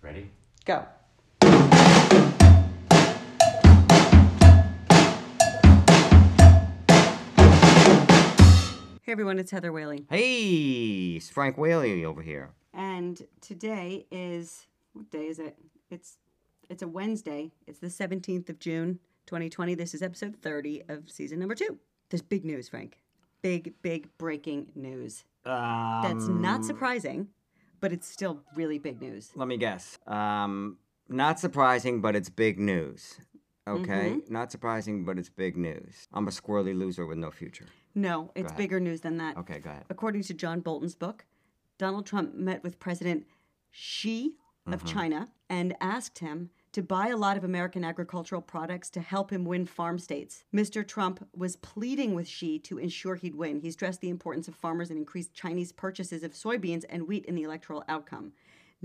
Ready? Go. Hey everyone, it's Heather Whaley. Hey, it's Frank Whaley over here. And today is what day is it? It's it's a Wednesday. It's the 17th of June, 2020. This is episode 30 of season number 2. There's big news, Frank. Big big breaking news. Um, That's not surprising, but it's still really big news. Let me guess. Um, not surprising, but it's big news. Okay, Mm-hmm. not surprising, but it's big news. I'm a squirrely loser with no future. No, it's ahead. bigger news than that. Okay, go ahead. According to John Bolton's book, Donald Trump met with President Xi of China and asked him to buy a lot of American agricultural products to help him win farm states. Mr. Trump was pleading with Xi to ensure he'd win. He stressed the importance of farmers and increased Chinese purchases of soybeans and wheat in the electoral outcome.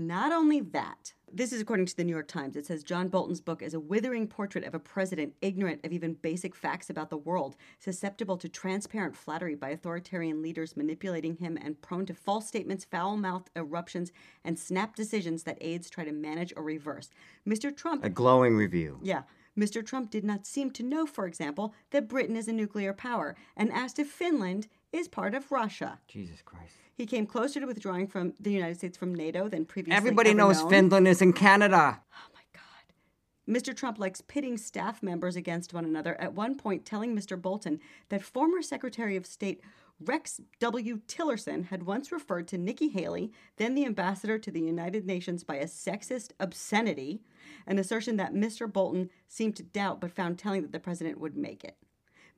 Not only that, this is according to the New York Times. It says John Bolton's book is a withering portrait of a president ignorant of even basic facts about the world, susceptible to transparent flattery by authoritarian leaders manipulating him, and prone to false statements, foul mouthed eruptions, and snap decisions that aides try to manage or reverse. Mr. Trump A glowing review. yeah. Mr. Trump did not seem to know, for example, that Britain is a nuclear power and asked if Finland is part of Russia. Jesus Christ. He came closer to withdrawing from the United States from NATO than previously. Everybody ever knows known. Finland is in Canada. Oh my God. Mr. Trump likes pitting staff members against one another, at one point telling Mr. Bolton that former Secretary of State Rex W. Tillerson had once referred to Nikki Haley, then the ambassador to the United Nations, by a sexist obscenity, an assertion that Mr. Bolton seemed to doubt but found telling that the president would make it.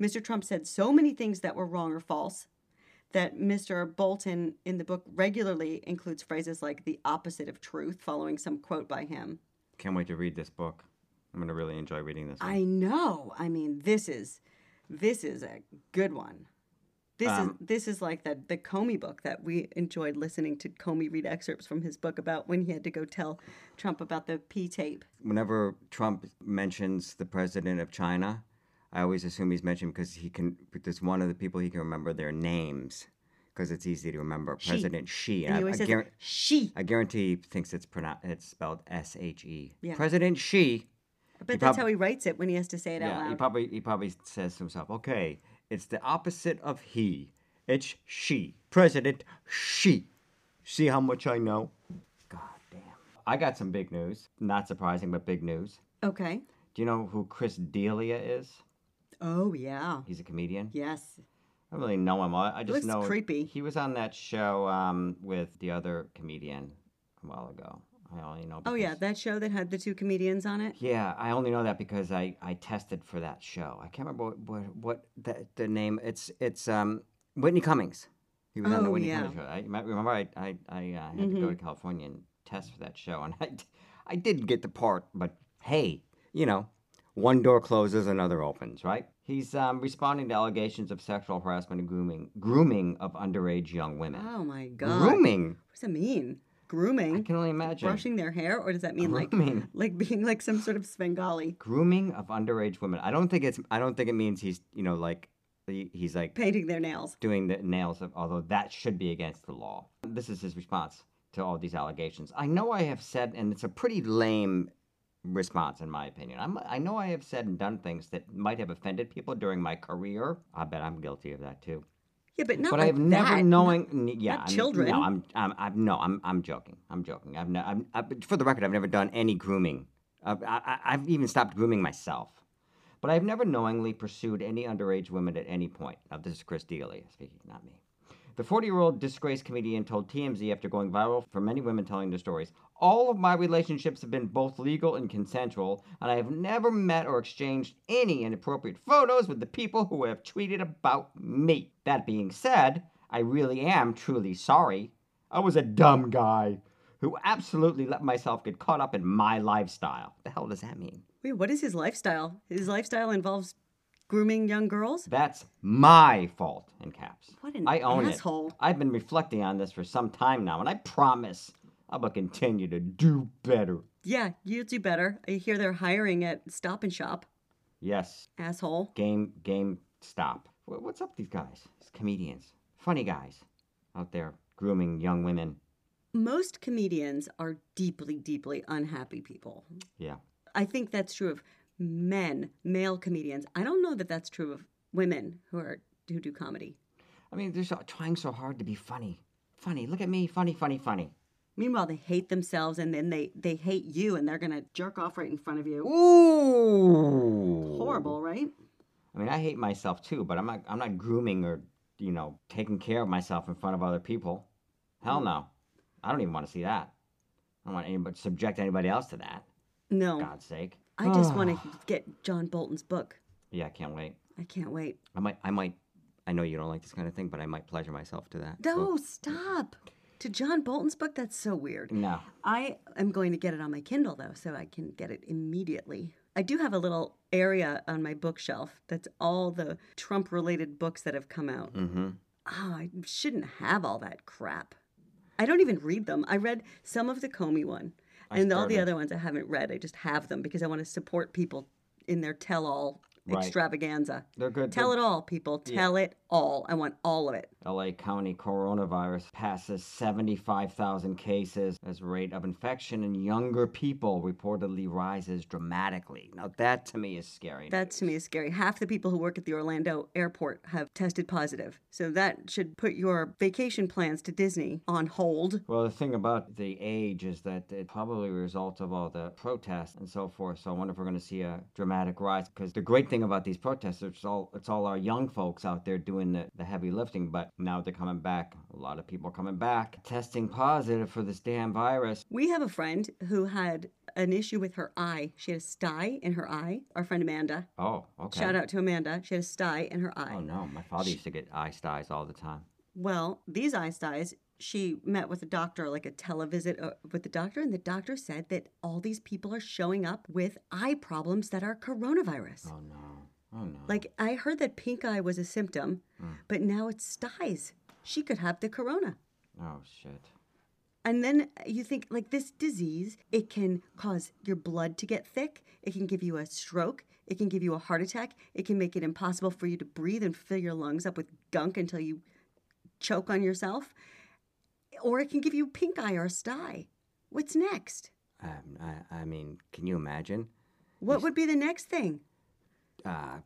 Mr. Trump said so many things that were wrong or false that Mr. Bolton in the book regularly includes phrases like the opposite of truth, following some quote by him. Can't wait to read this book. I'm gonna really enjoy reading this. one. I know. I mean, this is this is a good one. This Um, is this is like the the Comey book that we enjoyed listening to Comey read excerpts from his book about when he had to go tell Trump about the P tape. Whenever Trump mentions the president of China, I always assume he's mentioned because he can. There's one of the people he can remember their names because it's easy to remember. President Xi. And I- he I always says guaran- she. I guarantee he thinks it's pronounced. It's spelled S H E. Yeah. President Xi. But that's prob- how he writes it when he has to say it out Yeah, he loud. probably he probably says to himself, "Okay, it's the opposite of he. It's she. President Xi. See how much I know." God damn. I got some big news. Not surprising, but big news. okay. Do you know who Chris D'Elia is? Oh yeah. He's a comedian. Yes. I don't really know him. I I just Looks know creepy. He was on that show um, with the other comedian a while ago. I only know. Oh yeah, because- that show that had the two comedians on it. Yeah, I only know that because I, I tested for that show. I can't remember what what, what the, the name. It's it's um Whitney Cummings. He was on the Oh, Whitney yeah. Mm-hmm. Cummings show. I you might remember I I, I uh, had to go to California and test for that show, and I d- I did get the part. But hey, you know, one door closes, another opens, right? He's um, responding to allegations of sexual harassment and grooming grooming of underage young women. Oh my god. grooming. What does that mean? I Grooming. can only imagine. Brushing their hair, or does that mean like Grooming. like being like some sort of Svengali? grooming of underage women. I don't think it's. I don't think it means he's. You know, like he- he's like painting their nails. doing the nails of. Although that should be against the law. This is his response to all these allegations. I know I have said, and it's a pretty lame response in my opinion. I'm, I know I have said and done things that might have offended people during my career. I bet I'm guilty of that too. Yeah, but not But like I've never that. knowing. n- yeah, not I mean, children. No, I'm, I'm, I'm. No, I'm. I'm joking. I'm joking. I've. No, I'm, I, for the record, I've never done any grooming. I've, I, I- I've even stopped grooming myself. But I've never knowingly pursued any underage women at any point. Now, this is Chris D'Elia speaking, not me. The 40 year old disgraced comedian told TMZ after going viral for many women telling their stories All of my relationships have been both legal and consensual, and I have never met or exchanged any inappropriate photos with the people who have tweeted about me. That being said, I really am truly sorry. I was a dumb guy who absolutely let myself get caught up in my lifestyle. What the hell does that mean? Wait, what is his lifestyle? His lifestyle involves grooming young girls. That's my fault in caps. What an I own asshole. it. I've been reflecting on this for some time now, and I promise I'm gonna continue to do better. Yeah, you do better. I hear they're hiring at Stop and Shop. Yes, Asshole. game, game, stop. Wh- What's up, with these guys? These comedians, funny guys, out there grooming young women. Most comedians are deeply, deeply unhappy people. Yeah. I think that's true of men, male comedians. I don't know that that's true of women who are who do comedy. I mean, they're so, trying so hard to be funny. Funny. Look at me. Funny, funny, funny. Meanwhile, they hate themselves and then they they hate you and they're going to jerk off right in front of you. Ooh. Horrible, right? I mean, I hate myself too, but I'm not I'm not grooming or, you know, taking care of myself in front of other people. Mm. Hell no. I don't even want to see that. I don't want anybody subject anybody else to that. No. God's sake. Mm. I just want to Ah. get John Bolton's book. Yeah, I can't wait. I can't wait. I might I might I know you don't like this kind of thing, but I might pleasure myself to that. No, book. stop. To John Bolton's book? That's so weird. No. I am going to get it on my Kindle though, so I can get it immediately. I do have a little area on my bookshelf that's all the Trump related books that have come out. Mm-hmm. Oh, I shouldn't have all that crap. I don't even read them. I read some of the Comey one, I and all the started. other ones I haven't read. I just have them because I want to support people in their tell all Right. extravaganza. They're good. Tell They're- it all, people. Tell it all. I want all of it. LA County coronavirus passes 75,000 cases as rate of infection in younger people reportedly rises dramatically. Now that to me is scary. That to me is scary. Half the people who work at the Orlando airport have tested positive. So that should put your vacation plans to Disney on hold. well, the thing about the age is that it probably a result of all the protests and so forth. So I wonder if we're going to see a dramatic rise. Because the great thing about these protests, it's all it's all our young folks out there doing the, the heavy lifting. But now they're coming back. A lot of people are coming back, testing positive for this damn virus. We have a friend who had an issue with her eye. She had a sty in her eye. Our friend Amanda. Oh, okay. Shout out to Amanda. She had a sty in her eye. Oh no, my father used to get eye styes all the time. Well, these eye styes, she met with a doctor, like a televisit uh, with the doctor, and the doctor said that all these people are showing up with eye problems that are coronavirus. Oh no. Oh no. Like I heard that pink eye was a symptom, Mm. but now it's styes. She could have the corona. oh shit. And then you think like this disease, it can cause your blood to get thick, it can give you a stroke, it can give you a heart attack, it can make it impossible for you to breathe and fill your lungs up with gunk until you choke on yourself, or it can give you pink eye or a sty. What's next? Um, I, I mean, can you imagine? What would be the next thing? Uh,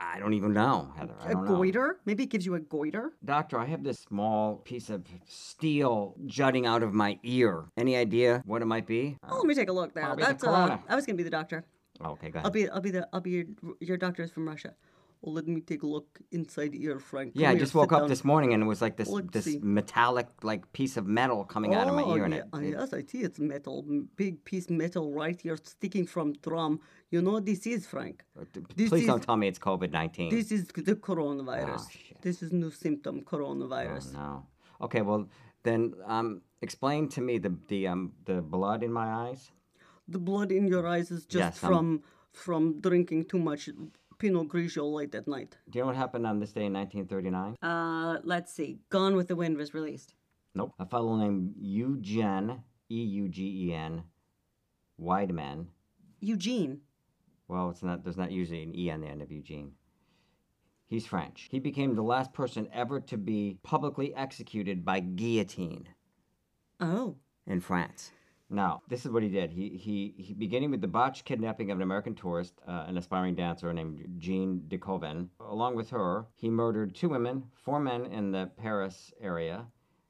I don't even know, Heather. I A don't know. goiter? Maybe it gives you a goiter. Doctor, I have this small piece of steel jutting out of my ear. Any idea what it might be? Oh, let me take a look there. Probably the That's uh, corona. I was gonna be the doctor. Oh, okay, go I'll ahead. be I'll be the I'll be your your doctor is from Russia. Well, let me take a look inside your Frank. yeah, I just woke up this morning and it was like this Let's this see. metallic like piece of metal coming out of Oh, my ear, and it, it- yes, I see it's metal, m- big piece metal right here sticking from drum. You know what this is, Frank. d- p- this please is- don't tell me it's COVID nineteen. This is the coronavirus. Oh, shit. this is new symptom, Oh, coronavirus. no. Okay, well then, um, explain to me the the um the blood in my eyes. The blood in your eyes is just Yes, I'm- from from drinking too much Pinot Grigio late at night. Do you know what happened on this day in 1939? Uh, let's see. Gone with the Wind was released. Nope. A fellow named Eugen, E U G E N, Weidman. Eugene. Well, it's not. There's not usually an E on the end of Eugene. He's French. He became the last person ever to be publicly executed by guillotine Oh. in France. Now, this is what he did. He, he, he beginning with the botched kidnapping of an American tourist, uh, an aspiring dancer named Jean de Koven. Along with her, he murdered two women, four men in the Paris area.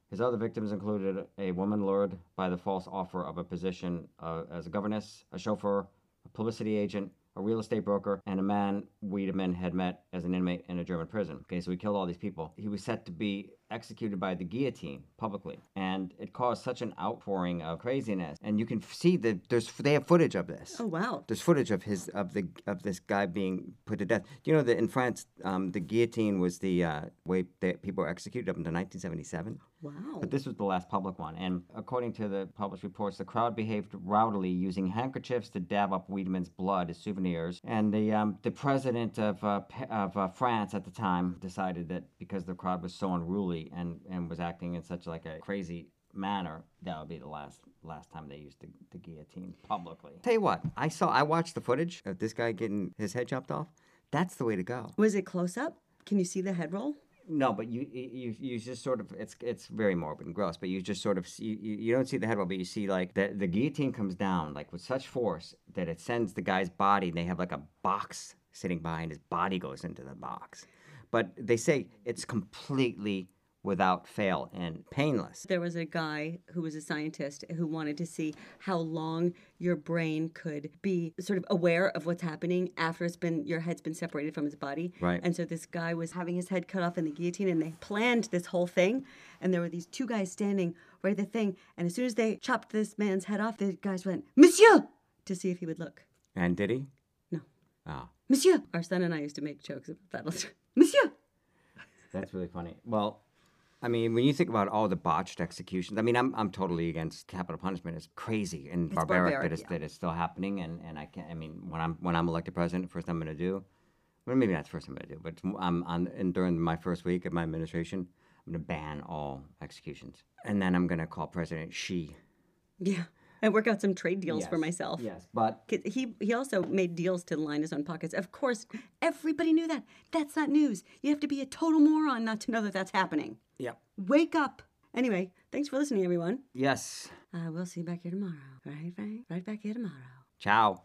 His other victims included a woman lured by the false offer of a position uh, as a governess, a chauffeur, a publicity agent, a real estate broker, and a man Wiedemann had met as an inmate in a German prison. Okay, so he killed all these people. He was set to be executed by the guillotine publicly, and it caused such an outpouring of craziness. And you can f- see that there's they have footage of this. Oh wow. There's footage of his of the of this guy being put to death. Do you know that in France, um, the guillotine was the uh, way that people were executed up until 1977? Wow. But this was the last public one, and according to the published reports, the crowd behaved rowdily, using handkerchiefs to dab up Wiedemann's blood as souvenirs. And the um, the president of uh, Pa- of uh, France at the time decided that because the crowd was so unruly and, and was acting in such like a crazy manner, that would be the last last time they used the, the guillotine publicly. Tell you what, I saw I watched the footage of this guy getting his head chopped off. That's the way to go. Was it close up? Can you see the head roll? No, but you you you just sort of it's it's very morbid and gross, but you just sort of see you, you don't see the head roll, but you see like the the guillotine comes down like with such force that it sends the guy's body. They have like a box sitting by, and his body goes into the box. But they say it's completely without fail and painless. There was a guy who was a scientist who wanted to see how long your brain could be sort of aware of what's happening after it's been your head's been separated from his body. Right. And so this guy was having his head cut off in the guillotine and they planned this whole thing and there were these two guys standing right at the thing and as soon as they chopped this man's head off the guys went, "Monsieur!" to see if he would look. And did he? No. Oh, Monsieur. Our son and I used to make jokes about that. all the time. Monsieur. that's really funny. Well. I mean, when you think about all the botched executions, I mean, I'm, I'm totally against capital punishment. It's crazy and barbaric, barbaric, that, it's, yeah. that it's still happening. And, and I can't. I mean, when I'm when I'm elected president, first I'm going to do, well, maybe not the first I'm going to do, but I'm on and during my first week of my administration, I'm going to ban all executions, and then I'm going to call President Xi. Yeah. I work out some trade deals for Yes. myself. Yes, but 'Cause He he also made deals to line his own pockets. Of course, everybody knew that. That's not news. You have to be a total moron not to know that that's happening. yeah, Wake up. Anyway, thanks for listening, everyone. yes. Uh, we'll see you back here tomorrow. Right, Frank? Right back here tomorrow. Ciao.